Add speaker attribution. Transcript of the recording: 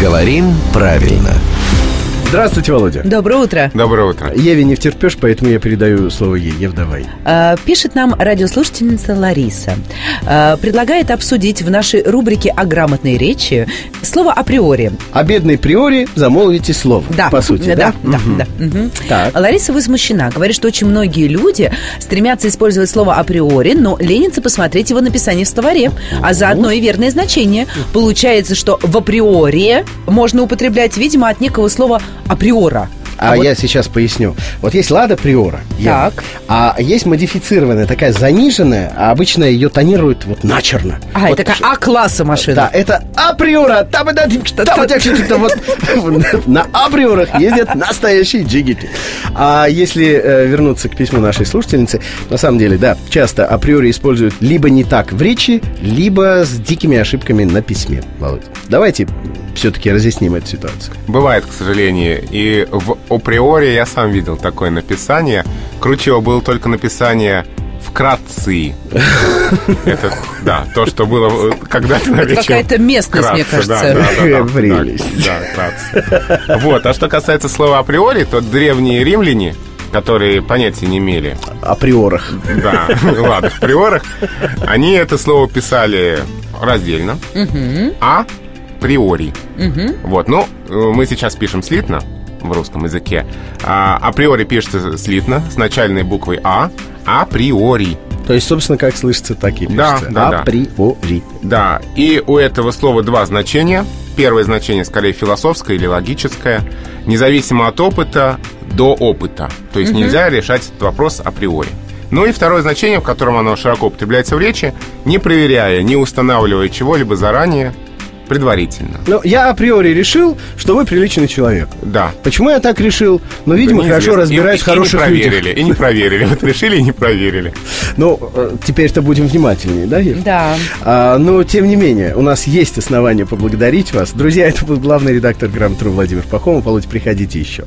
Speaker 1: Говорим правильно.
Speaker 2: Здравствуйте, Володя.
Speaker 3: Доброе утро.
Speaker 4: Доброе утро.
Speaker 2: Еве не втерпешь, поэтому я передаю слово ей. Ев, давай.
Speaker 3: А, Пишет нам радиослушательница Лариса. А, Предлагает обсудить в нашей рубрике о грамотной речи слово априори.
Speaker 2: О бедной приоре замолвите слово.
Speaker 3: Да.
Speaker 2: По сути,
Speaker 3: Да,
Speaker 2: да?
Speaker 3: да,
Speaker 2: Мгм.
Speaker 3: да. Мгм.
Speaker 2: Так.
Speaker 3: Лариса возмущена. Говорит, что очень многие люди стремятся использовать слово априори, но ленятся посмотреть его написание в словаре, а заодно и верное значение. Получается, что в априори можно употреблять, видимо, от некого слова априора.
Speaker 2: А,
Speaker 3: вот
Speaker 2: я сейчас поясню. Вот есть лада приора. Ева,
Speaker 3: Так.
Speaker 2: А есть модифицированная, такая заниженная, а обычно ее тонируют вот начерно.
Speaker 3: А,
Speaker 2: Вот
Speaker 3: это такая
Speaker 2: ш-
Speaker 3: А-класса машина.
Speaker 2: Да, это априора. Там, и да, там у тебя какие-то вот на априорах ездят настоящие джигиты. А если э, вернуться к письму нашей слушательницы, на самом деле, да, часто априори используют либо не так в речи, либо с дикими ошибками на письме. Володь, давайте все-таки разъясним эту ситуацию.
Speaker 4: Бывает, к сожалению. И в априори я сам видел такое написание. Круче его было только написание вкратце. Это, да, то, что было э, когда-то на вечер.
Speaker 3: какая-то местность, мне
Speaker 4: Вкратце, да,
Speaker 3: кажется.
Speaker 4: да, да, да,
Speaker 2: Какая
Speaker 4: да,
Speaker 2: прелесть.
Speaker 4: Да, вкратце. Вот, а что касается слова априори, то древние римляне, которые понятия не имели,
Speaker 2: Априорах.
Speaker 4: да, ладно, в приорах, они это слово писали раздельно. А приори. Вот, ну, э, мы сейчас пишем слитно в русском языке. А, априори пишется слитно с начальной буквой А. Априори.
Speaker 2: То есть, собственно, как слышится, так и
Speaker 4: Да,
Speaker 2: пишется.
Speaker 4: да, да.
Speaker 2: Априори.
Speaker 4: Да, и у этого слова два значения. Первое значение скорее философское или логическое, независимо от опыта до опыта. То есть нельзя решать этот вопрос априори. Ну и второе значение, в котором оно широко употребляется в речи, не проверяя, не устанавливая чего-либо заранее, предварительно.
Speaker 2: Ну, я априори решил, что вы приличный человек.
Speaker 4: Да.
Speaker 2: Почему я так решил? Ну, видимо, хорошо
Speaker 4: Неизвестно.
Speaker 2: разбираюсь
Speaker 4: И-
Speaker 2: в
Speaker 4: и не
Speaker 2: хороших людях.
Speaker 4: проверили, И не проверили. Вот решили и не проверили.
Speaker 2: Ну, э, теперь-то будем внимательнее, да, Ев?
Speaker 3: Да.
Speaker 2: А, но, тем не менее, у нас есть основания поблагодарить вас. Друзья, это был главный редактор «Грамотру» Владимир Пахомов. Володь, приходите еще.